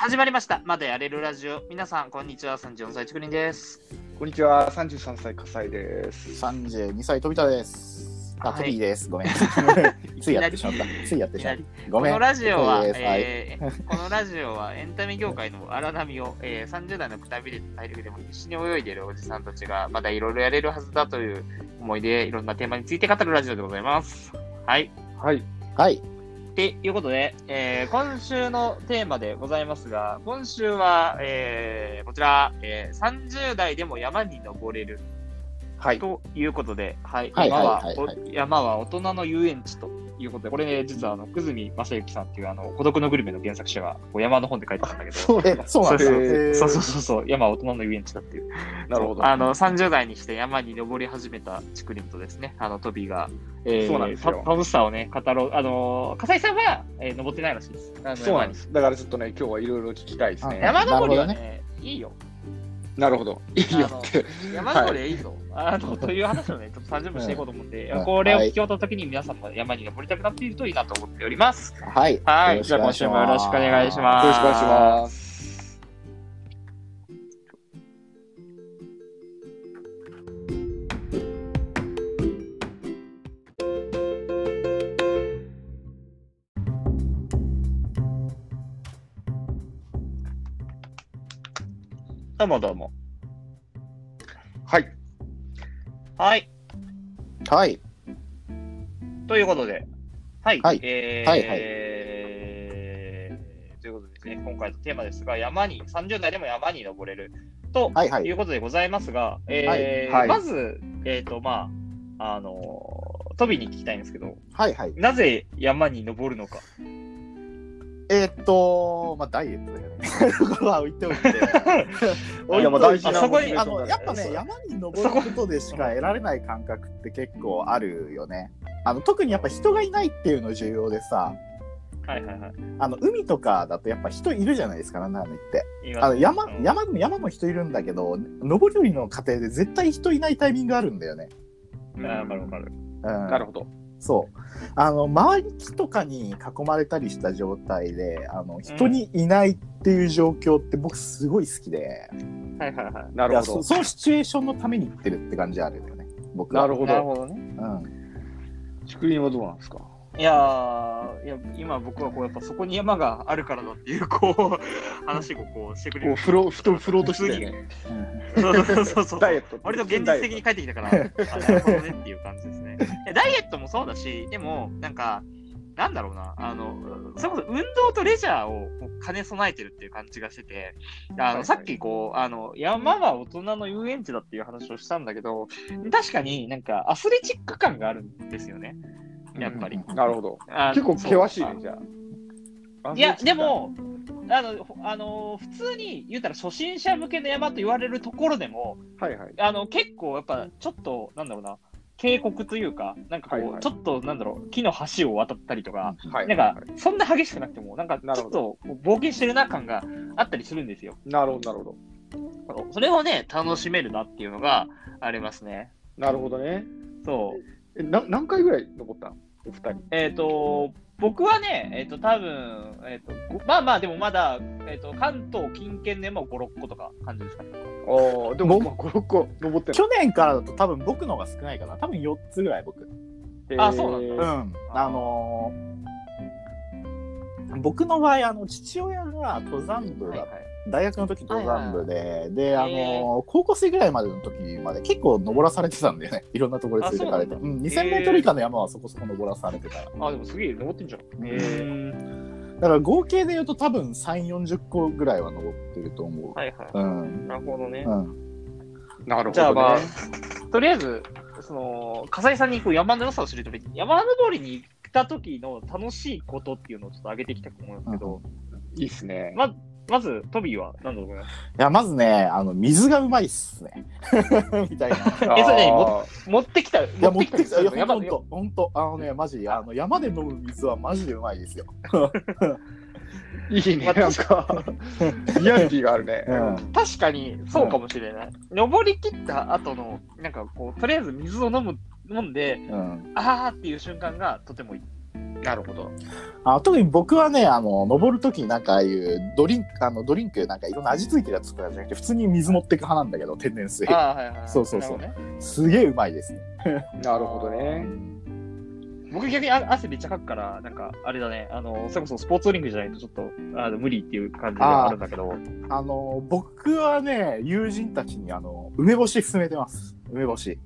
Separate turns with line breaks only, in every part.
始まりました。まだやれるラジオ。皆さん、こんにちは。34歳、ちくりんです。
こんにちは、三十三歳火いです。
三十二歳飛田です。あ、
はい
トビーです。ごめん。 ついやってしまった。ついやってしまっ
いき
た。ご
こ
めん。
のラジオは、
トビーですはい
えー このラジオはエンタメ業界の荒波を、えー30代のくたびれた体力でも必死に泳いでいるおじさんたちがまだいろいろやれるはずだという思いでいろんなテーマについて語るラジオでございます。はい。
はい、
はい。
っていうことで、えー今週のテーマでございますが、今週は、えーこちら、えー30代でも山に登れる
はい、
ということで、はい、
はい
山は
はいはいはい
お山は大人の遊園地ということで、これね、実はあの久住正幸さんっていうあの孤独のグルメの原作者がこう山の本で書いてたんだけど、
そう
え、そうなんです
そうです
そ
よ。
うそうそうそう、山は大人の遊園地だっていう。
なるほど。
あの30代にして山に登り始めたチクリンとですね、あのトビーが、え
そうなんですよ
た楽しさをね、語ろう。あの、笠井さんは、えー登ってないらしいです。あの
そうなんです。だからちょっとね、今日はいろいろ聞きたいですね。
山登りはね、
なる
いいよ。
なるほど。いいよ って。
山登りはいいぞ。あのという話をね、ちょっと30分していこうと思って、
うん
これを聞き終わった時に皆さんも山に登りたくなっているといいなと思っております。
はい。
はい、
よろし
じ
く
ゃ
お
あ今
願いし
週もよろしくお願いし
よ
ます。。
ろしくお願いしますす。
どうもどうも。
はい、
はい、
はい。
ということで、はい、
はい
えー
はいはい
ということでですね、今回のテーマですが、山に、30代でも山に登れると
はいはいいう
ことでございますが、えー
はいはい
まず、えっ、と、まあ、あのー、トビーに聞きたいんですけど、
はいはい。
なぜ山に登るのか。
えーっと、まあダイエットだよね。これは置いておいて。
いやまあ大事な
あそこに
モチベー
あ
ションだ
の
ね
やっぱね、山に登ることでしか得られない感覚って結構あるよね。あの特にやっぱ人がいないっていうの重要でさ、
はいはいはい。
あの海とかだとやっぱ人いるじゃないですか、なんなの言って。
言います
あの山
うん
山でも山も人いるんだけど上り下りの過程で絶対人いないタイミングあるんだよね。
あーわかるわかる。
うん、
なるほど。
そうあの周り木とかに囲まれたりした状態であの人にいないっていう状況って僕すごい好きで、
はいはいはい。
な
だ
る
から
ほど
そ。そのシチュエーションのために行ってるって感じあるんだよね僕は
なるほど。
ほどね。
うん、
竹林はどうなんですか。
いやーいや今僕はこうやっぱそこに山があるからだっていうこう話をこうしてくれ
こ
る。
うフロふとフローとしてね。
そうそうそうそう
ダイエット。
割と現実的に帰ってきたから、あなるほどねっていう感じですね。いやダイエットもそうだし、でも、なんか、なんだろうな、あの、それこそ運動とレジャーをこう兼ね備えてるっていう感じがしてて、
は
あ
いは
の
い
さっきこう、あの、山は大人の遊園地だっていう話をしたんだけど、確かになんかアスレチック感があるんですよね、やっぱり。
うん
なるほど。
あの
結構険しい
そう
ね、じゃあ。
いや、で、も、あの、ほあの普通に言うたら初心者向けの山と言われるところでも、
はいはい。
あの結構やっぱちょっとなんだろうな渓谷というかなんかこう、
はいはい
ちょっとなんだろう木の橋を渡ったりとか、
はい。
なんかそんな激しくなくてもなんかちょ
なる
っと
ほ
こう冒険してるな感があったりするんですよ
なるほど、なるほど。
それをね楽しめるなっていうのがありますね
なるほどね。
そう
え、な、何回ぐらい登ったの。お二人。
えっ、と僕はねえっ、と多分えっ、とごまあまあでもまだえっ、と関東近県でも56個とか感じですかね
ああ、でも、まあ、五六個登ってんの
去年からだと多分僕のが少ないかな多分4つぐらい僕、うん、
あそうなんだ
えー
あのー僕の場合あの父親が登山部だっ大学の時登山部で、で、あの
へー
高校生ぐらいまでの時まで結構登らされてたんだよね いろんなところに連れてかれて
あ
う
そ
ん、2000メートル以下の山はそこそこ登らされてた、
あでもすげえ登ってんじゃんー、
だから合計で言うと多分3 4 0個ぐらいは登ってると思う、
はいはい
うん
なるほどね
うん、
なるほど、ね。
じゃあまあ、とりあえず、その、笠井さんにこう山の良さを知るために、山登りに行った時の楽しいことっていうのをちょっと上げていきたく思うんですけど、
いいっすね。
ままず、トビーは何だと思います
いやまずねあの水がうまいっすね みたいな
えそれ何
あ ー
持ってきた、
いや持ってき
た
たいや
山
本当本当あのねマジあの山で飲む水はマジでうまいですよ
いいね、なん
私
か、リアリティがあるね。
うん
確かにそうかもしれない。登り切った後の、なんかこう、とりあえず水を飲む、飲んで、
うん
あーっていう瞬間がとてもいい。
なるほど。
あ特に僕はねあの登る時になんかああいうドリンクあのドリンクなんかいろんな味付いてるやつとかじゃなくて普通に水持ってく派なんだけど天然水
ああ、はいはいはい。
そうそうそう
なるほどね
すげえうまいですね
なるほどね。
僕逆にあ汗めっちゃかくから、なんか、あれだね、あの、それこそスポーツドリンクじゃないとちょっと、あの無理っていう感じではあるんだけど、
あの僕はね友人たちにあの梅干し勧めてます梅干し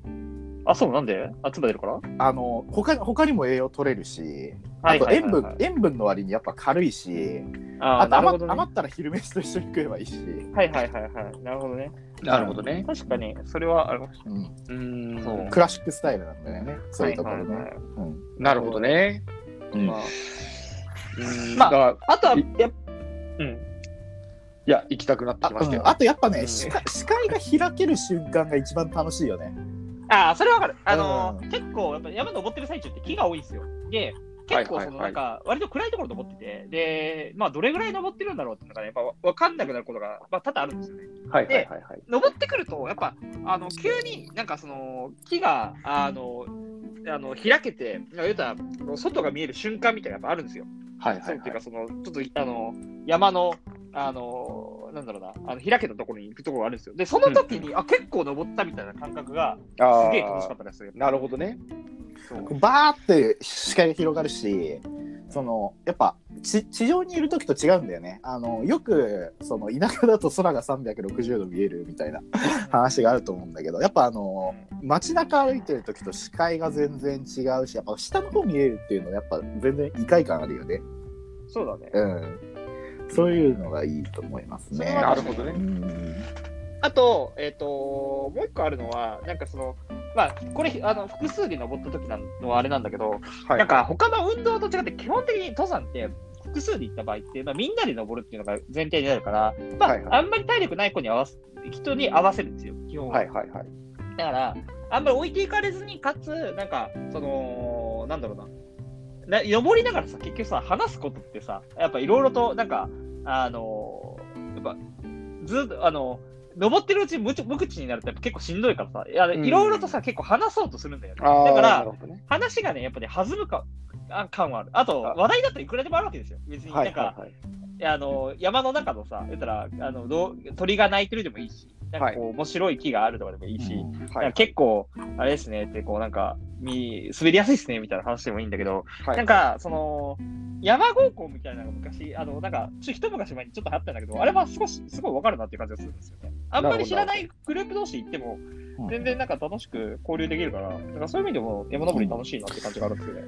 あ、そう、なんであ、唾出るから
あの他に他にも栄養取れるしあと塩分塩分の割にやっぱ軽いし
あ
あ
あ、
と
なる
余
ほ
っ
どね。
余ったら昼飯と一緒に食えばいいし、
はいはいはいはい。なるほどね。
なるほどね。
確かに、それはあるかもしれ
うん、
うーん。
そう
クラシックスタイルなんだよねそういうところね、
はいはいは
うん
なるほどね。
うん
ない。まあ
ま
ま
あ、
あ
だから
あとは、
い
やっうん。
いや、行きたくなって
あ
きましたよ
うん。あとやっぱね、
うん
視界視界が開ける瞬間が一番楽しいよね。
ああ、それはわかる。あの
う
ー、結構、やっぱ山登ってる最中って木が多いんですよ。で、結構、
はい
そ
はい
の、
は
ないんか、割と暗いところ登ってて、で、まあ、どれぐらい登ってるんだろうっていうのがね、やっぱわわかんなくなることが、まあ、多々あるんですよね。
はいはいはいはい。
登ってくると、やっぱ、あの、急になんかその、木が、あの、あの開けて、言うたら、外が見える瞬間みたいなのがやっぱあるんですよ。
はいは
そう
い
っていう
は
か、その、ちょっと、あの、山の、あの、なんだろうな、あの開けたところに行くところがあるんですよ。で、その時に、あ、結構登ったみたいな感覚が、
い。あ
すげえ楽しかったですよ
ー。なるほどね。
そう
バーって視界が広がるし、そのやっぱ地地上にいる時と違うんだよね。あのよくその田舎だと空が360度見えるみたいな話があると思うんだけど、やっぱあの街中歩いてる時と視界が全然違うし、やっぱ下の方見えるっていうのはやっぱ全然異界感あるよね。
そうだね。
うん。そういうのがいいと思います
それ
ね。
は
なるほど
う
ね。
ん
あと、えっ、と、もう一個あるのは、なんかその、まあ、これ、あの、複数で登った時なのはあれなんだけど、
はい。
なんか、他の運動と違って、基本的に登山って、複数で行った場合って、まあ、みんなで登るっていうのが前提になるから、まあ、
はいはい
あんまり体力ない子に合わせ、人に合わせるんですよ、基本は。
はいはいはい。
だから、あんまり置いていかれずに、かつ、なんか、その、なんだろうな、な登りながらさ、結局さ、話すことってさ、やっぱいろいろと、なんか、あのーやっぱ、ずっと、あの、登ってるうちに無口無口になるとやっぱ結構しんどいからさ、いや
うん
いろいろとさ、結構話そうとするんだよね。
あー
だから
なるほどね。
話がね、やっぱね、弾むかあ感はある。あと、
あ
話題だったらいくらでもあるわけですよ。別に、なん
は
か、
いはいはい。
あの山の中のさ、言ったらあのどう鳥が鳴いてるでもいいし、なんかこう、面白い木があるとかでもいいし、
はい
なんか結構、あれですねって、こうなんか、み滑りやすいですねみたいな話でもいいんだけど、
はい
なんか、その、山高校みたいなのが昔、あの、なんか、ちょ一昔前にちょっとあったんだけど、あれは少し、すごいわかるなっていう感じがするんですよね。あんまり知らないグループ同士行っても、全然なんか楽しく交流できるから、なんかそういう意味でも山登り楽しいなって感じがあるんですよね。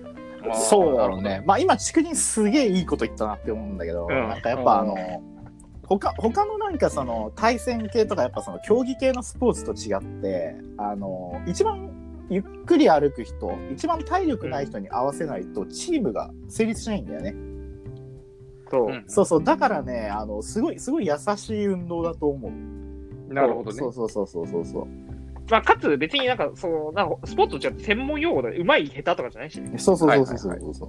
まあ
そうだろうね。。まあ今、竹林すげえいいこと言ったなって思うんだけど、
うん
なんかやっぱあ
う
の、他他のなんかその対戦系とかやっぱその競技系のスポーツと違って、あの、一番ゆっくり歩く人、一番体力ない人に合わせないとチームが成立しないんだよね。
そう
うん
そうそう、だからね、あの、すごい、すごい優しい運動だと思う。
なるほどね
そ。うそうそうそうそうそう。
まあ、かつ別になんか、その、なんかスポーツと違って専門用語で上手い下手とかじゃないしね。
そうそうそうそう
はい
そうそう。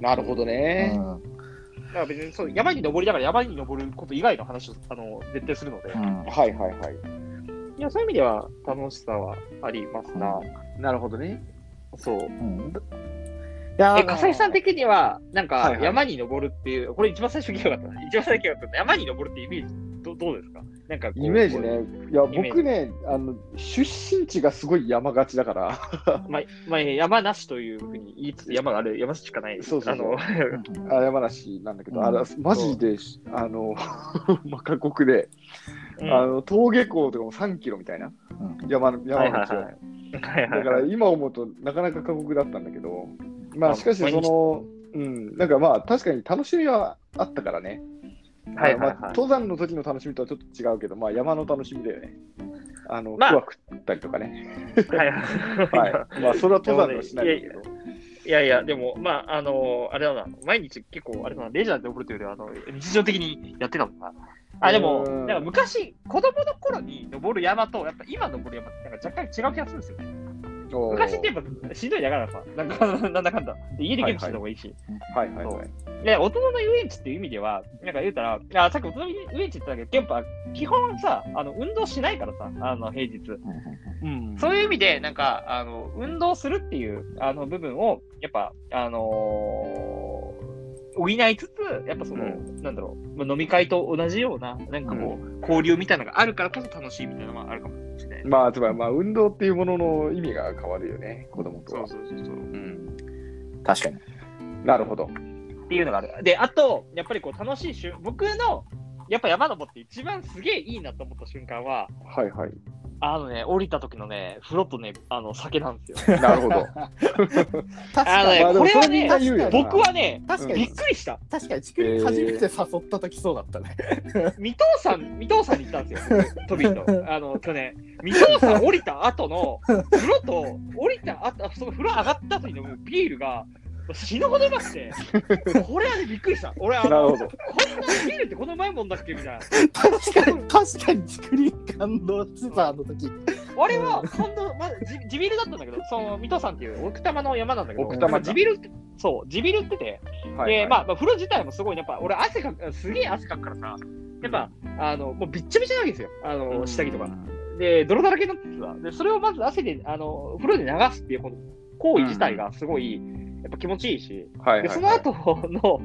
なるほどね。
う
だから別にそう、山に登りながら山に登ること以外の話を、あの、絶対するので。
んうん
はいはいはい。
いや、そういう意味では楽しさはありますな。
なるほどね。
そう。
うんいやー
え、笠井さん的には、なん
はい
か
はい
山に登るっていう、これ一番最初に良かったな。一番最初に良かったな。山に登るってイメージ、どどうですかなんかこう
イメージ。ね。いや、
イメージ
僕ね、あの、出身地がすごい山がちだから。
まあ、まあ、山なしというふうに言いつつ、山がある、山しかない。
そうそうそう
あ の
あ山梨なんだけど、
うん
あれマジでしあの まあ過酷で、
うん
あの登下校とかも3キロみたいな
うん
山の山道を、
はいはいははいは
だ
い
から
はい
今思うとなかなか過酷だったんだけどま
ま
あ
あ
しかしそ
毎日
のうんなんかまあ確かに楽しみはあったからね、
はいはいはい
あのまあ登山の時の楽しみとはちょっと違うけどまあ山の楽しみだよねあの、
まあ
クワ食ったりとかね、
はい
はい
は
まあ、それは登山ではしないけど
い。いやいや、でも、まあ、あのあれだな、毎日結構、あれだな、レジャーで登るというよりは、あの、日常的にやってたもんな。あ、でも、
うーん
なんか昔、子供の頃に登る山と、やっぱ今登る山って、なんか若干違う気がするんですよね。
おー
昔ってやっぱしんどいだからさ、なんか なんだかんだ。で家でゲームしてた方がいいし。
はいはいはい。
で、大人の遊園地っていう意味では、なんか言うたら、あさっき大人の遊園地って言ったけど、やっぱ基本さ、あの運動しないからさ、あの平日。
うん
そういう意味で、なんか、あの、運動するっていう、あの、部分を、やっぱ、あのー補いつつ、やっぱその、
う
なんだろう、まあ、飲み会と同じような、なんかこう、交流みたいなのがあるからこそ楽しいみたいなのもあるかもしれない。
まあ、つまり、まあ、運動っていうものの意味が変わるよね、子供と
そ
は
う。そうそうそう。
うん
確かに。
なるほど。
っていうのがある。で、あと、やっぱりこう、楽しい瞬、僕の、やっぱ山登って一番すげえいいなと思った瞬間は、
はいはい。
あのね、降りた時のね、風呂とね、あの、酒なんですよ。
なるほど。
確
あのね
かに。
まあで
こ
も
れは
それみんな言うよ な
僕は ね、
確か
びっ
に、
くりした。
確かに、ちくりん初めて誘った時そうだったね。
水戸さん、水戸さんに行ったん ですよ、僕トビーと。あの、去年。水戸さん降りた後の、風呂と、降りた後、あその風呂上がった後に飲むビールが、死ぬほどうまくて、これはね、びっくりした。俺、あ
なる
の、
ほ
こん
ど。
なビールってこの前もんだっけみたいな。
確かに、確かに、ちくりん感動してた、あの時。
あれは、感動、まず、地地ビールだったんだけど、その、水戸さんっていう奥多摩の山なんだけど、
奥多
ま
摩
あ地ビールって、そう、地ビールってて、
はいは
で、
い
まあ、まあ、風呂自体もすごいね、やっぱ、俺、汗かく、すげえ汗かくからさ、やっぱ、あの、もうびっちゃびちゃなわけですよ、あの、下着とか。。で、泥だらけになってさ、で、それをまず汗で、あの、風呂で流すっていうこの行為自体がすごい、やっぱ気持ちいいし、
はいはい
で、その後の、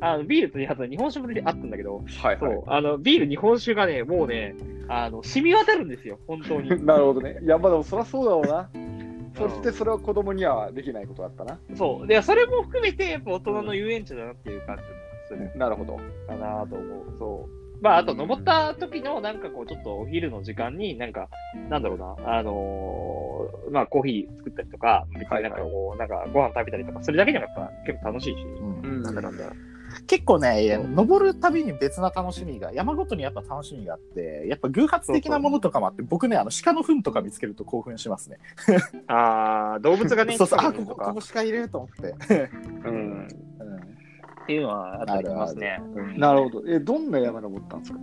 あの、ビールとあと日本酒も出てあったんだけど、
はい
そ
は
う、あの、ビール、日本酒がね、もうね、あの、染み渡るんですよ、本当に。
い。なるほどね。いや、まあでもそりゃそうだろうな。そしてそれは子供にはできないことだったな。
そう。で、それも含めて、やっぱ大人の遊園地だなっていう感じもする
なるほど。
かなと思う。そう。まあ、あと、登った時の、なんかこう、ちょっとお昼の時間に、なんか、なんだろうな、あのーまあ、コーヒー作ったりとか、別になんかこう、なんかご飯食べたりとか、それだけでもやっぱ結構楽しいし、
うん
なんだなんだ。
結構ね、登るたびに別な楽しみが、山ごとにやっぱ楽しみがあって、やっぱ偶発的なものとかもあって、僕ね、あの鹿の糞とか見つけると興奮しますね。
あー、動物がね、
そうそう、あ、
来て
こ
る
こ、
と
こ
か
こ鹿いると思って。
うん。
う
っていうのはあったりしますね。
ん
なるほど。え、どんな山登ったんですか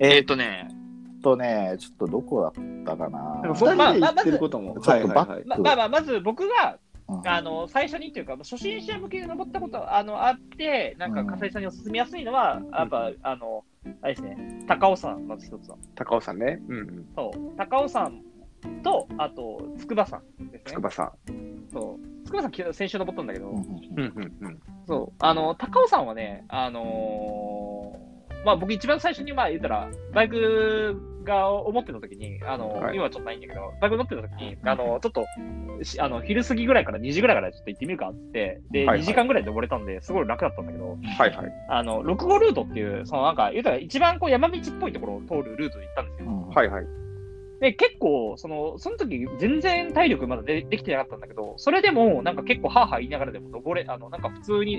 えーっとね、
えっとね、ちょっとどこだったかな。
なんか
そ
二
うまあ
人で言ってることも。
まあまず
はいはいはい
ままあまあ、まず僕が、
うん
あの最初にというか、初心者向けに登ったことあのあって、なんか、
うん
笠井さんにお勧めやすいのは、やっぱ、あの、あれですね、高尾山、まず一つは。
高尾さんね。うん。
そう、高尾山と、あと、筑波山です
筑
ね。
波さ
そう筑波山き、先週登ったんだけど、
うん
ん。うんうんうん。
そう、あの、高尾山はね、あのーまあ、僕一番最初に、まあ、言ったら、バイクが思ってた時に、あの、
はい
今はちょっとないんだけど、バイク乗ってた時に、あの、ちょっと、しあの、昼過ぎぐらいから2時ぐらいからちょっと行ってみるかって、で、
はいはい
2時間ぐらいで登れたんで、すごい楽だったんだけど、
はいはい。
あの、6号ルートっていう、そのなんか、言うたら一番こう山道っぽいところを通るルートで行ったんですよ。
うん
はいはい。
で、結構、その、その時全然体力まだでできてなかったんだけど、それでも、なんか結構ハーハー言いながらでも登れ、あの、なんか普通に、い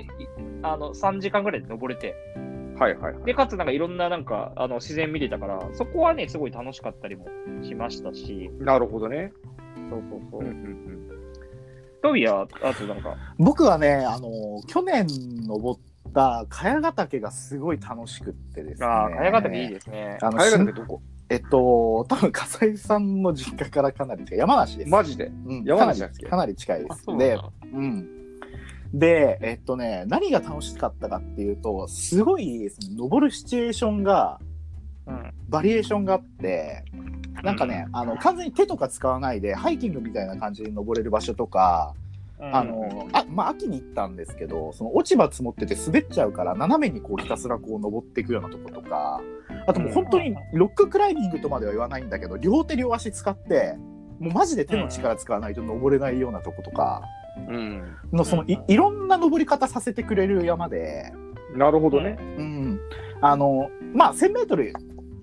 あの、3時間ぐらいで登れて、
はいはいはい。
で、かつなんかいろんななんか、あの、自然見れたから、そこはね、すごい楽しかったりもしましたし、
なるほどね。
そうそうそうう。
んうん
トビア、あとなんか、
僕はね、あの、去年登った茅ヶ岳がすごい楽しくってですね。
ああ、早かったいいですね。
あ
うん。
の
早かっ
し
どこ
えっと、多分笠井さんの実家からかなり近い、山梨です。
マジで。
うん
山
かな
梨
り
だっけ
かなり近いで
あ
す
そう。なん
で
だ、
うん。で、えっとね、何が楽しかったかっていうと、すごい、その登るシチュエーションが、
うん
バリエーションがあって、なんかね、あの、完全に手とか使わないで、ハイキングみたいな感じで登れる場所とか、
うん
あの、あ、まあ、秋に行ったんですけど、その落ち葉積もってて滑っちゃうから、斜めにこうひたすらこう登っていくようなとことか、あともう本当にロッククライミングとまでは言わないんだけど、両手両足使って、もうマジで手の力使わないと登れないようなとことか、
うん。
のそのいいろんな登り方させてくれる山で、
なるほどね。
うん、あの、まあ、1000メートル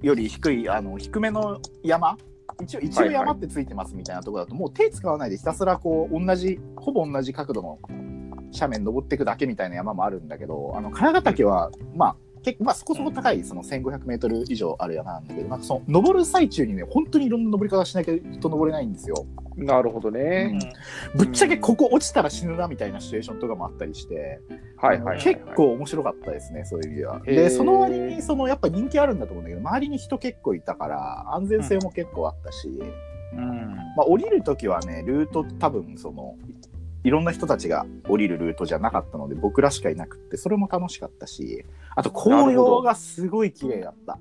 より低い、あの、低めの山。一応、一応山ってついてますみたいなところだと、もう手使わないでひたすらこう、同じ、ほぼ同じ角度の斜面登っていくだけみたいな山もあるんだけど、あの、茅ヶ岳は、まあ、結構、まあ、そこそこ高い、その1500メートル以上ある山なんだけど、なんかその、登る最中にね、本当にいろんな登り方しなきゃと登れないんですよ。
なるほど
うん
ね。
ぶっちゃけここ落ちたら死ぬなみたいなシチュエーションとかもあったりして、
はいはいはいはい。
結構面白かったですね、そういう意味では。
へー
で、その割にそのやっぱ人気あるんだと思うんだけど、周りに人結構いたから、安全性も結構あったし、うんまあ、降りるときはね、ルート多分その、いろんな人たちが降りるルートじゃなかったので、僕らしかいなくって、それも楽しかったし、あと紅葉がすごい綺麗だった。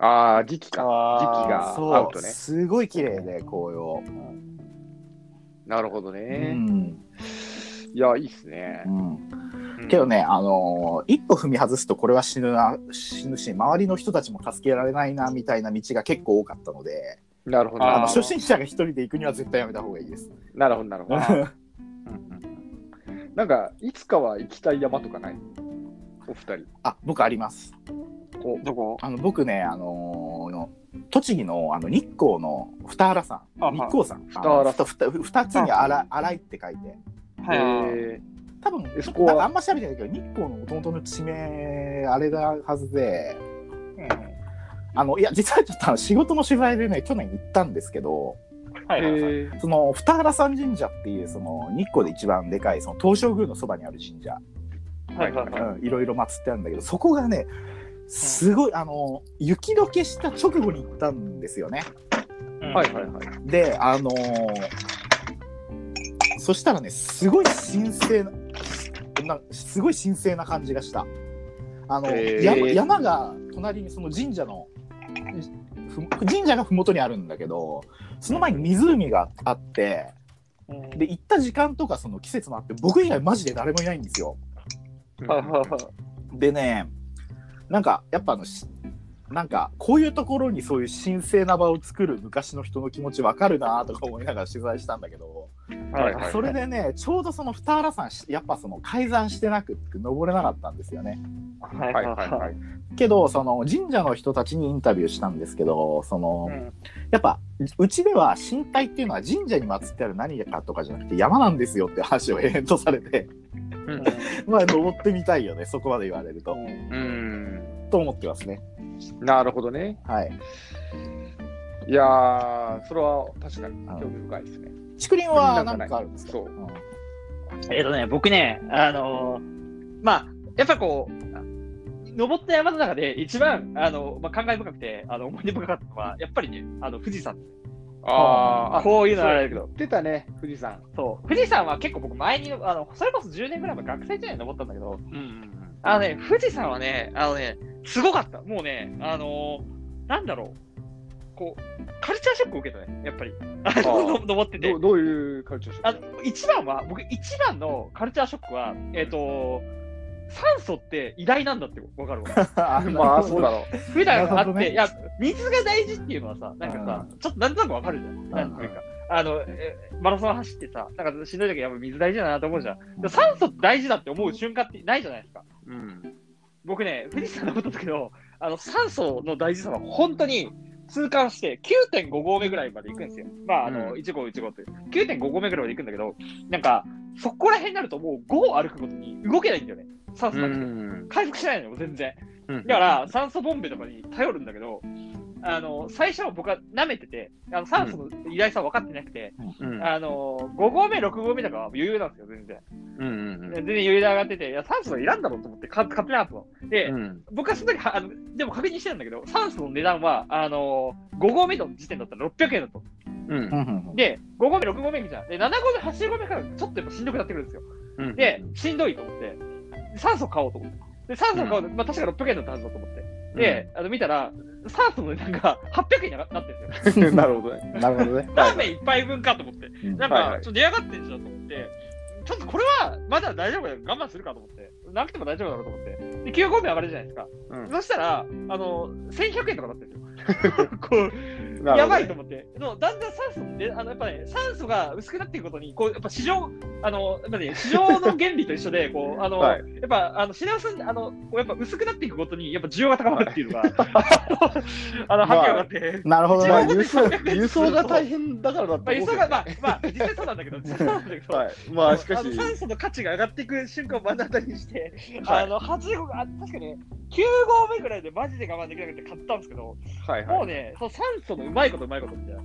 ああ、時期か。
あー
時期が
そ
アウ
う、
トね
すごい綺麗で紅葉。
なるほど
う
ね。
ん
いや、いいっすね。
うん、
うん
けどね、あのー一歩踏み外すとこれは死ぬな死ぬし周りの人たちも助けられないなみたいな道が結構多かったので
なるほど。
あー
あの初心者が一人で行くには絶対やめた方がいいです。
なるほど、なるほど。なんか、いつかは行きたい山とかないお二人。
あ僕あります。
こ
どこ
あの僕ね、あのーの栃木のあの日光の二原山、
あはい
日光山、
二原山
あのふたふた二つに荒荒いって書いて、
う、
はいはいはい。
え
多分
えそこは
なんかあんま喋ってないけど、日光の元々の地名、あれだはずで、あのいや、実はちょっとあの仕事の取材でね、去年行ったんですけど、
はいはいはい。
ー、
その二原山神社っていう、その日光で一番でかい、その東照宮のそばにある神社、
はいはいはい。
うんいろいろ祀ってあるんだけど、そこがね、すごい、あの雪解けした直後に行ったんですよね。
はいはいはい。
であのーそしたらねすごい神聖ななすごい神聖な感じがしたあの、
へー
山山が隣にその神社のふ神社が麓にあるんだけどその前に湖があって
い。
で行った時間とかその季節もあって僕以外マジで誰もいないんですよ
はいはいはい。
でねなんかやっぱあのしなんかこういうところにそういう神聖な場を作る昔の人の気持ちわかるなとか思いながら取材したんだけど、
はいはい
それでねちょうどその二原山しやっぱその改ざんしてなくって登れなかったんですよね
はい
は
はいい
はい
は。
はいい。
けどその神社の人たちにインタビューしたんですけどその、やっぱうちでは神体っていうのは神社に祀ってある何かとかじゃなくて山なんですよって話を延々とされてまあ登ってみたいよねそこまで言われると、
うん。
と思ってますね
なるほどね。
はい
いやー、それは確かに興味深いですね。
竹林はなんかあるんですか
そう。
えっとね、僕ね、あのーまあ、やっぱこう、あ登った山の中で一番、あの、まあ、感慨深くて、あの、思い出深かったのは、やっぱりね、あの、富士山。
あーあ、
こういうのはあれだけど
言、ってたね、富士山。
そう、富士山は結構僕前に、あの、それこそ10年ぐらい前、学生時代に登ったんだけど、
うん。
あのね、富士山はね、あのね、すごかった。もうね、あのーなんだろう、こう、カルチャーショックを受けたね、やっぱり。あの、登ってて
どう。どういうカルチャーショ
あ
ック
の一番は、僕、一番のカルチャーショックは、えっ、と、酸素って偉大なんだってわかる わ。
ま あ、そうだろ
普段あ
な
っ
るほ
て、
どね
いや、水が大事っていうのはさ、なんかさ、ちょっとなんとなくわかるじゃん。なんていうか、あの、えマラソン走ってさ、なんかしんどい時やっぱ水大事だなと思うじゃん。で酸素って大事だって思う瞬間ってないじゃないですか。
う。うん。
僕ね、富士山登った時の、あの、酸素の大事さは本当に痛感して、9.5合目ぐらいまで行くんですよ。まあ、あの、
うん
1号1号って。9.5合目ぐらいまで行くんだけど、なんか、そこら辺になるともう5を歩くごとに動けないんだよね。酸素が、
ん。
回復しないのよ、全然。
うん
だから、酸素ボンベとかに頼るんだけど、あの、最初は僕は舐めてて、あの酸素の偉大さは分かってなくて、
うん
あの、5合目、6合目とかは余裕なんですよ、全然。
うん
全然余裕で上がってて、いや、酸素がいらんだろうと思って、か買ってなかったの。で、
うん。
僕はその時はあのでも確認してたんだけど、酸素の値段は、あのー、5合目の時点だったら600円だと。
うん
うんうんうん
で、5合目、6合目みたいな。で、7合目、8合目からちょっとやっぱしんどくなってくるんですよ。
うん
で、しんどいと思って、酸素買おうと思って。で、酸素買おうと、まあ確か600円だったはずだと思って。で、あの見たら、酸素の値段が800円になってるんですよ。
うんなるほどね。
なるほどね。
ラーメン1杯分かと思って。
うん
なん
はい
か
は、
ちょ
い
っと出やがってんじゃんと思って、ちょっとこれはまだ大丈夫だよ、我慢するかと思って、なくても大丈夫だろうと思って、で、9合目上がるじゃないですか。
うん
そしたら、あの、1100円とかだったんです よ。こう
なる
や
ほど
ば
ね
いと思って、でもだんだん酸素で、あのやっぱね、酸素が薄くなっていくことに、こうやっぱ市場、あのやっぱね、市場の原理と一緒で、こうあの、
はい
やっぱあの品薄あのこうやっぱ薄くなっていくことに、やっぱ需要が高まるって いうのが、あの発
まあ
表があって。
なるほど
まあ、
ね。
輸送輸送が大変だからだ
ま
と
あ、
思
輸
う
送
けど
が、まあ、まあ、実際そうなんだ けど、実際そうなんだけど、
はい、まあしかし
の、酸素の価値が上がっていく瞬間を目の当たりにして、
はい
あの8号あ確かね、9号目ぐらいでマジで我慢できなくて買ったんですけど、
はい
も
は
う
い、
ね、その酸素のうまいことうまいことみたいな。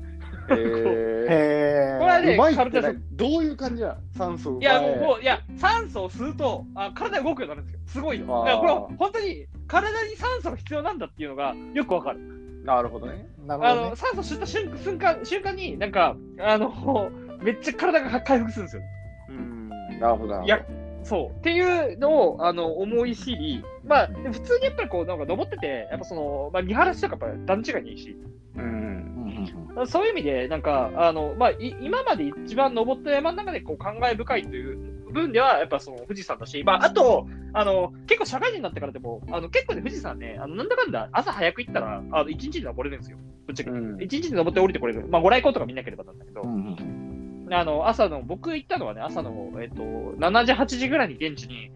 えー、
へ
これは
ー
ね
うまいっ
カル
て
テ
ねどういう感じや酸素うま
いや、もう、もういや、酸素を吸うと、あ体が動くようになるんですよ。すごいよ。だ
あー
からこれは本当に体に酸素が必要なんだっていうのがよくわかる。
なるほどね。
なる
あ
ほど、ね
の、酸素吸った瞬瞬間瞬間に、なんか、あの、 めっちゃ体が回復するんですよ。
うん。なるほど。
いや、そう。っていうのを、あの、思い知り、まあ、で普通にやっぱりこう、なんか登ってて、やっぱその、まあ、見晴らしとかやっぱ段違いにいいし、
うん。
うんうんうん
そういう意味で、なんか、あの、まあ、い今まで一番登った山の中で、こう、感慨深いという分では、やっぱその、富士山だし、まあ、あと、あの、結構社会人になってからでも、あの、結構ね、富士山ね、あの、なんだかんだ、朝早く行ったら、あの、一日で登れるんですよ。ぶっちゃけ。
うん
一日で登って降りてこれる。まあ、ご来光とか見なければなんだけど、
うんうん
あの朝の僕行ったのはね、朝の、えっと7時、8時ぐらいに現地に、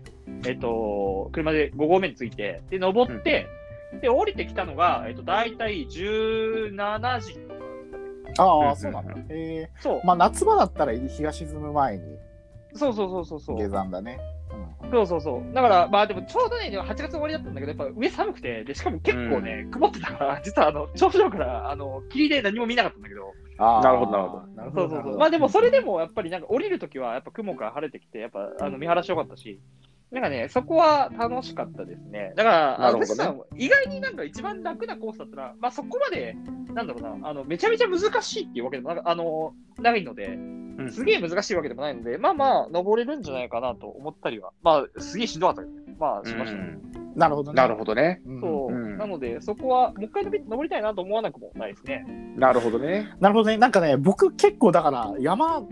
えっと車で5合目に着いて、で登って、で降りてきたのが、えっと大体17時とかですかね
ああ、そうなんだ。え
そう
ー、まあ夏場だったら日が沈む前に
そうそうそうそうそう
下山だね。
そうそうそうだからまあでもちょうどねでも8月終わりだったんだけどやっぱ上寒くてでしかも結構ね、曇ってたから実はあの頂上からあの霧で何も見なかったんだけど
あー
なるほどなるほど
なるほ
そ
ど。
うそうそう。
なるほど
まあでもそれでもやっぱりなんか降りるときはやっぱ雲から晴れてきて、やっぱあの見晴らしよかったし、なんかね、そこは楽しかったですね。だから、あの
なる
富士
ほどね
山は意外になんか一番楽なコースだったら、まあそこまで、なんだろうな、あのめちゃめちゃ難しいっていうわけでもなあのないので、
うん
すげえ難しいわけでもないので、まあまあ登れるんじゃないかなと思ったりは、まあすげえしんどかったけど、まあしましたね。
なるほどね。
なるほどね。
ど
そう、
うん
なので、そこはもう一回登り登りたいなと思わなくもないですね。
なるほどね。
なるほどね。なんかね、僕結構だから山、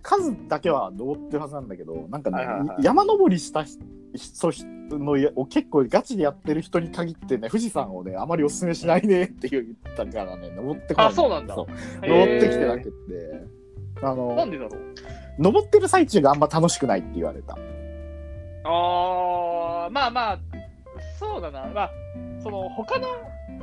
数だけは登ってるはずなんだけど、なんかね、
はいはいはい
い山登りした人人のやを結構ガチでやってる人に限ってね、富士山をね、あまりおすすめしないねって言ったからね、登ってこない。
あそうなんだ
登ってきて
へ
な
ー
くって。あ
な
の
ん、でだろう
登ってる最中があんま楽しくないって言われた。
ああ、まあまあ、そうだな。まあ、その、他の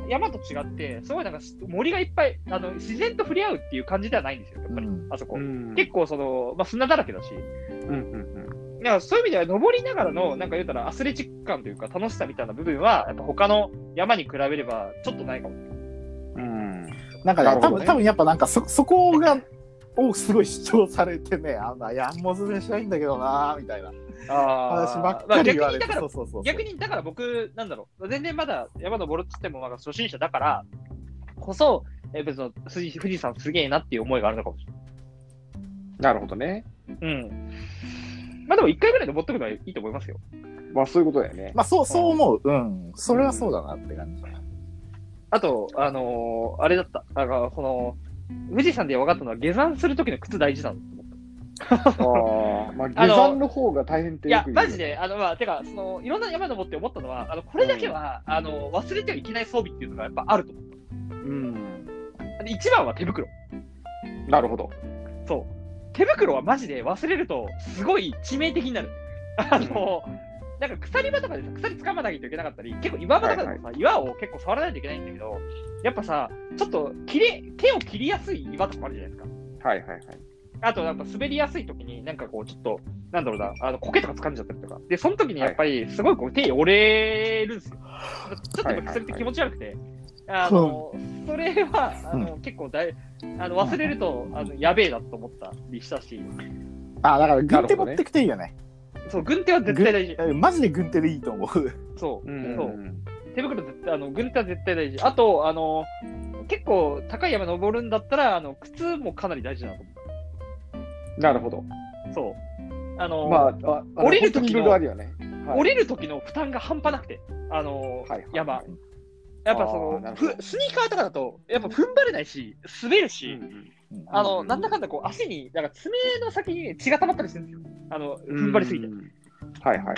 山と違って、すごいなんかし森がいっぱい、あの、自然と触れ合うっていう感じではないんですよ、やっぱり、
うん
あそこ。
ん
結構その、まあ、砂だらけだし、
うんうん
なんかそういう意味では登りながらの、なんか言うたらアスレチック感というか楽しさみたいな部分は、やっぱ他の山に比べればちょっとないかも。
うん。うん。
なんか
なる
ね、
ほ
多
ど
分、
ね
多分やっぱなんかそ、そこが、をすごい主張されてね、あんな、いや、もうずれしないんだけどなみたいな
あ
話ばっかり言われて、
まあ逆にだから
そうそうそうそう
逆にだから僕、なんだろう、全然まだ山登るって言っても、なんか初心者だからこそ、やっぱその富士富士山すげえなっていう思いがあるのかもし
なるほどね。
れない。うん。まあでも1回ぐらい登っとけばいいと思いますよ。
まあそういうことだよね。
まあそう、そう思う。うん。それはそうだなって感じ。
あと、あのーあれだった、あのその、富士山で分かったのは、下山するときの靴大事だなの。
ああ、まあ下山の方が大変って
い
よ
や
く、言う
マジで、あの、まあ、てか、その、いろんな山登って思ったのは、あの、これだけは、あの、忘れてはいけない装備っていうのがやっぱあると思う。
うん。
で一番は手袋。
なるほど。
そう。手袋はマジで忘れると、すごい致命的になる。あの、なんか鎖場とかでさ、鎖掴まなきゃいけなかったり、結構岩場とかでもさ、
はい
岩を結構触らないといけないんだけど、やっぱさ、ちょっと切れ、手を切りやすい岩とかもあるじゃないですか。
はいはいはい。
あと、なんか滑りやすい時に、なんかこう、ちょっと、なんだろうな、あの、苔とか掴んじゃったりとか。で、その時にやっぱり、すごいこう、手折れるんですよ。ちょっとやっぱそれって気持ち悪くて。あの、それは、あの、結構だい、あの、忘れると、あの、やべえなと思ったりしたし、
あ、だから
な
軍
る
手
ほど
持
ね
ってきていいよね。
そう、軍手は絶対大事。
うんマジで軍手でいいと思う。
そう、
うん
そう。手袋絶対、あの、軍手は絶対大事。あと、あの、結構高い山登るんだったら、あの、靴もかなり大事だなと思
なるほど。
った。そう。あの、
まあ、ああ
降りる時の
本当にいろいろあるよね。はい
降りる時の負担が半端なくて、あの、
はいはいはい
山。やっぱそ
あー
の
なるほど
ふ、スニーカーとかだと、やっぱ踏ん張れないし、滑るし、
うん
あの、
うん
なんだかんだこう、足に、なんか爪の先に血が溜まったりするんですよ。あの、踏ん張りすぎて
う。んはいはいはい。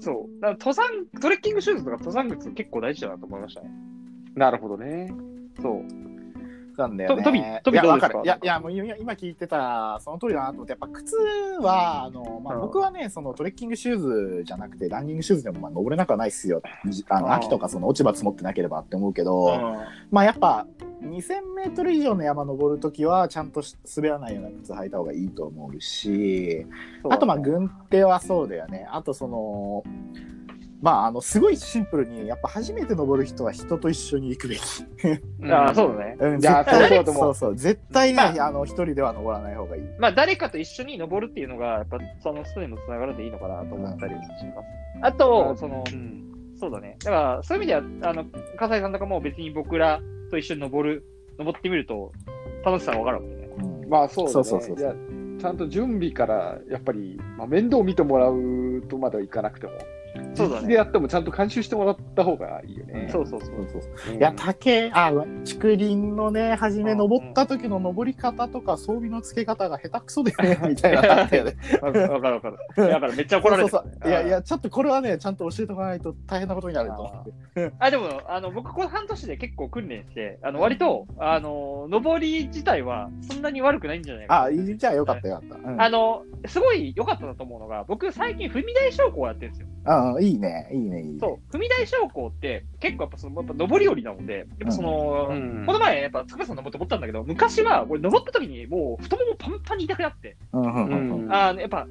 そう。だから登山、トレッキングシューズとか登山靴結構大事だなと思いましたね。
なるほどね。
そう。
なんだよね。
トビトビ
いや
どうですか
わるいや、いや、もう今今聞いてたら、その通りだなと思って、やっぱ靴は、あの、ま
う
あ、
ん
僕はね、そのトレッキングシューズじゃなくて、ランニングシューズでも、まあ、登れなくはないっすよ。あ
うん
の、秋とか、その落ち葉積もってなければって思うけ
う
ど、
ん
まあ、やっぱ、2000メートル以上の山登るときは、ちゃんと滑らないような靴履いた方がいいと思うし、あとまあ軍手はそうだよね。あとその、まああの、すごいシンプルに、やっぱ初めて登る人は人と一緒に行くべき。
ああ、そうだね。
うん
いや
絶対
そうだと思う
そうそう絶対ね、
ま
あ、の、一人では登らない方がいい。
まあ、誰かと一緒に登るっていうのが、やっぱ、その人にもつながるでいいのかなと思ったりします。あと、その
う、ん
そうだね。だから、そういう意味では、あの、笠井さんとかも別に僕らと一緒に登る、登ってみると、楽しさがわかるわけね。
うん
まあそうだね
そうそうそうそう
いやちゃんと準備からやっぱり、まあ、面倒を見てもらうとまではいかなくても、
そうだ
で
ね。
やってもちゃんと監修してもらった方がいいよね。
そうそうそう。
そうそうそう
うん
いや竹あ竹林のね初め登った時の登り方とか装備の付け方が下手くそだよね みたいなのあったよね
わかるわかる わかる。だからめっちゃ怒られる。
そうそうそういやいやちょっとこれはねちゃんと教えておかないと大変なことになると思って
あ、でも、あの、僕、この半年で結構訓練して、あの、割と、あの、登り自体はそんなに悪くないんじゃないかな。
あいいじゃあよかったよかった、うん
あの、すごい良かったなと思うのが、僕、最近、踏み台昇降をやってるんですよ。
ああいいねいいねいいね
そう、踏み台昇降って、結構やっぱその、やっぱ上り下りなので、やっぱその、
うん
この前、やっぱ、つくばさん登って思ったんだけど、昔は、俺、登った時に、もう、太ももパンパンに痛くなって、
うんうんうんうん
うん
あの、やっぱ、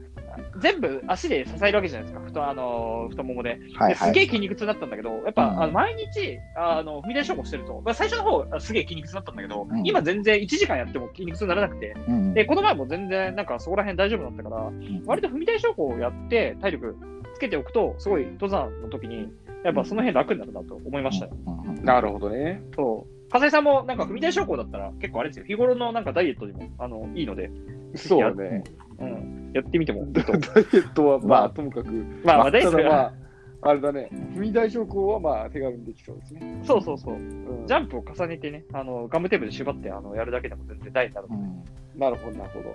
全部足で支えるわけじゃないですか、太あの太ももで。
はいは
すげえ
い
筋肉痛だったんだけど、やっぱ、
うん
あの毎日、あの、踏み台昇降してると、まあ、最初の方、あすげえ筋肉痛だったんだけど、
うん
今全然1時間やっても筋肉痛にならなくて、
うん
で、この前も全然、なんかそこら辺大丈夫だったから、割と踏み台昇降をやって、体力つけておくと、すごい登山の時に、やっぱその辺楽になるなと思いましたよ。
うんうんうん
なるほどね。
そう。風井さんも、なんか踏み台昇降だったら、結構あれですよ、日頃のなんかダイエットにも、あの、いいので、
そうだね。
うん、やってみてもいいと
ダ
思う。
イエットは、ま
ま
あ、
あ
ともかく、
まあ、まあ、ダイエ
た
ット
だま
は、
あ、あれだね、踏み台昇降は、まあ、手軽にできそうですね。
そうそうそう。
うん
ジャンプを重ねてね、あのガムテープで縛ってあのやるだけでも全然大事なので、
うん
なるほど、なるほど。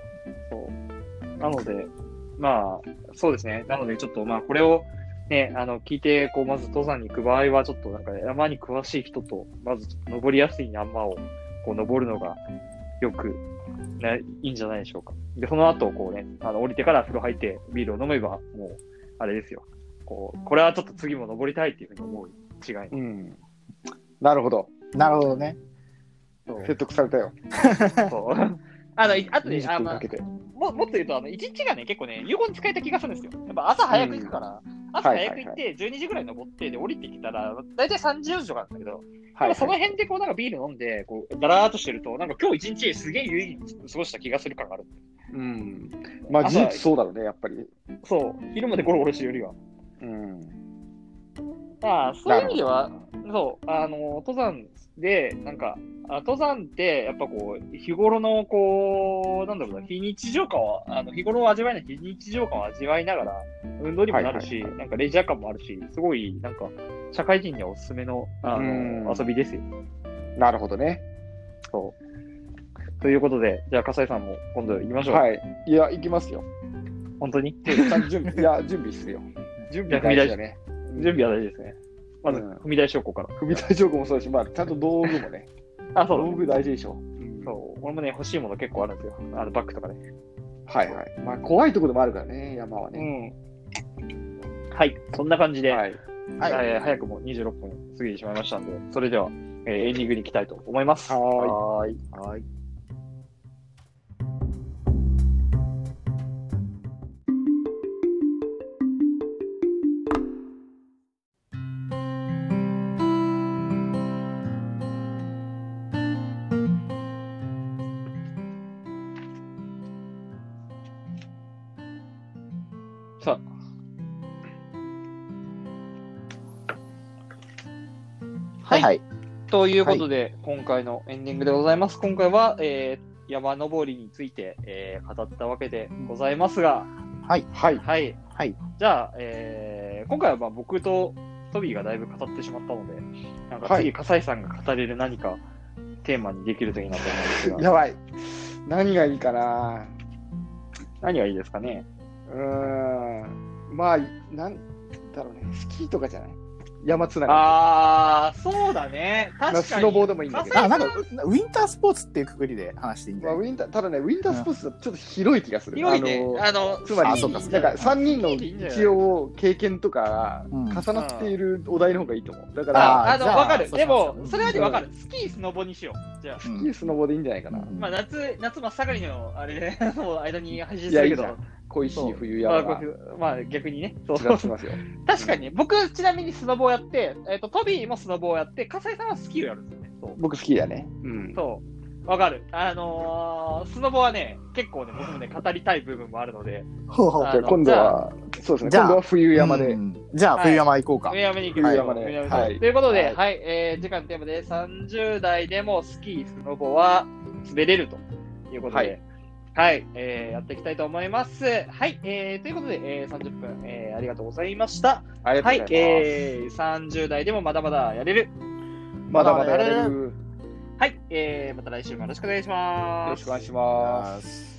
そうなので、まあ、そうですね、なのでちょっと、まあ、これを、ね、あの聞いてこう、まず登山に行く場合は、ちょっとなんか山に詳しい人と、まず登りやすい山をこう登るのがよく、ね、いいんじゃないでしょうか。で、その後こうね、あの降りてから風呂入ってビールを飲めば、もう、あれですよこう、これはちょっと次も登りたいっていうふうに思う違いない。
うん。なるほど。
なるほどね
そう
説得されたよ。
そう あのいあとで、あ
20分
まあ
かけて。
ももっと言うと、あの一日がね、結構ね、有効に使えた気がするんですよ。やっぱ朝早く行くから、朝早く行って、12時ぐらいに登って、で、降りてきたら、大体3時、4時とかなんだけど、
は
なんか
い
その辺でこう、なんかビール飲んで、こう、だらーっとしてると、なんか今日一日すげえ有意義に過ごした気がする感がある。
うん。まあ、事
朝
実そうだろうね、やっぱり。
そう、昼までゴロゴロしてるよりは。
うん。
まあ、そういう意味で
な
は
るほ、
そう、あの、登山で、なんか、あ登山って、やっぱこう、日頃の、こう、なんだろうな、非日常感を、あの日頃を味わえない非日常感を味わいながら、運動にもなるし、
はいはい
なんかレジャー感もあるし、すごい、なんか、社会人にはおすすめのあ
うん
の遊びですよ。
なるほどね。
そう。ということで、じゃあ、笠井さんも今度行きましょう。
はい。いや、行きます よ。
本当に
ちゃんと準備、いや、準備するよ。準備大事だね。
準備は大事ですね。まず、
うん
踏み台昇降から。
踏み台昇降もそうだし、まあ、ちゃんと道具もね。
あ、そ
道
う。
具大事でしょ。
そう。俺もね、欲しいもの結構あるんですよ。あの、バッグとかね。
はいはい。まあ、怖いところでもあるからね、山はね。
うん。はい、そんな感じで、
はい。
はい
えー早くも26分過ぎてしまいましたんで、それでは、えーエンディングに行きたいと思います。
はーい
はーい。
はい
さあ。
はいはい
ということで、今回のエンディングでございます。今回は、えー山登りについて、えー語ったわけでございますが、
はい
はい。
はい。
はい
じゃあ、えー今回はまあ僕とトビーがだいぶ語ってしまったので、なんか
はい
次、笠井さんが語れる何かテーマにできるといいなと思うんですが、
やばい。何がいいかな。
何がいいですかね。
うーん。まあ、なんだろうね。スキーとかじゃない山つなが
あー、そうだね。確
まあスノボーでもいいんだけど
あなんかウウィンタースポーツっていうくくりで話していいん
り。
じゃ
まあ、
ない
ウィンターただね、ウィンタースポーツだとちょっと広い気がする。
広いね。
あ
あの、
のつま
あ
り、
そう
な
か
ん
そう
か
か
3人の
いいんじゃない
一応経験とか
うん
重なっているお題の方がいいと思う。だか
あ
あ
ら、
の、
じゃあ
わかる。
そう
で
しましょう
も、それよりわかる。スキー、スノボにしよう。じゃ
う
あ、
ス
ん
キー、スノボでいいんじゃないかな。
うん
まあ、夏、夏真っ盛りの、あれ で、もう間に配信
い
す
や、
る
いい
け
じ
ど、
ゃん。恋しい冬
ま
山
あ
が
僕まあ、逆にね。そう
ちらつきますよ。
確かに、僕、ちなみにスノボをやって、えっ、と、トビーもスノボをやって、笠井さんはスキーをやるんですよね。そう。
僕好きだね。うん。
そう。わかる。あのー、スノボはね、結構ね、僕もね、語りたい部分もあるので、
ほうほう
あ
じゃあ
の
今度は、そうですね。
じゃあ
今度は 冬山で。
うんじゃあ、冬山行こうか。
上山に行きま
冬
しょう。
山で
上
は
山に
い
ということで、は、
はいい
えー次回のテーマで30代でもスキー、スノボは滑れるということで、は
はいい、
えーやっていきたいと思います。はい、えーということで、えー30分、えーありがとうございました。
ありが
は
とう
い
ございま、す。
えー30代でもまだまだやれる。
まだまだやれる。
はい、えーまた来週もよろしくお願いします。
よろしくお願いします。
す。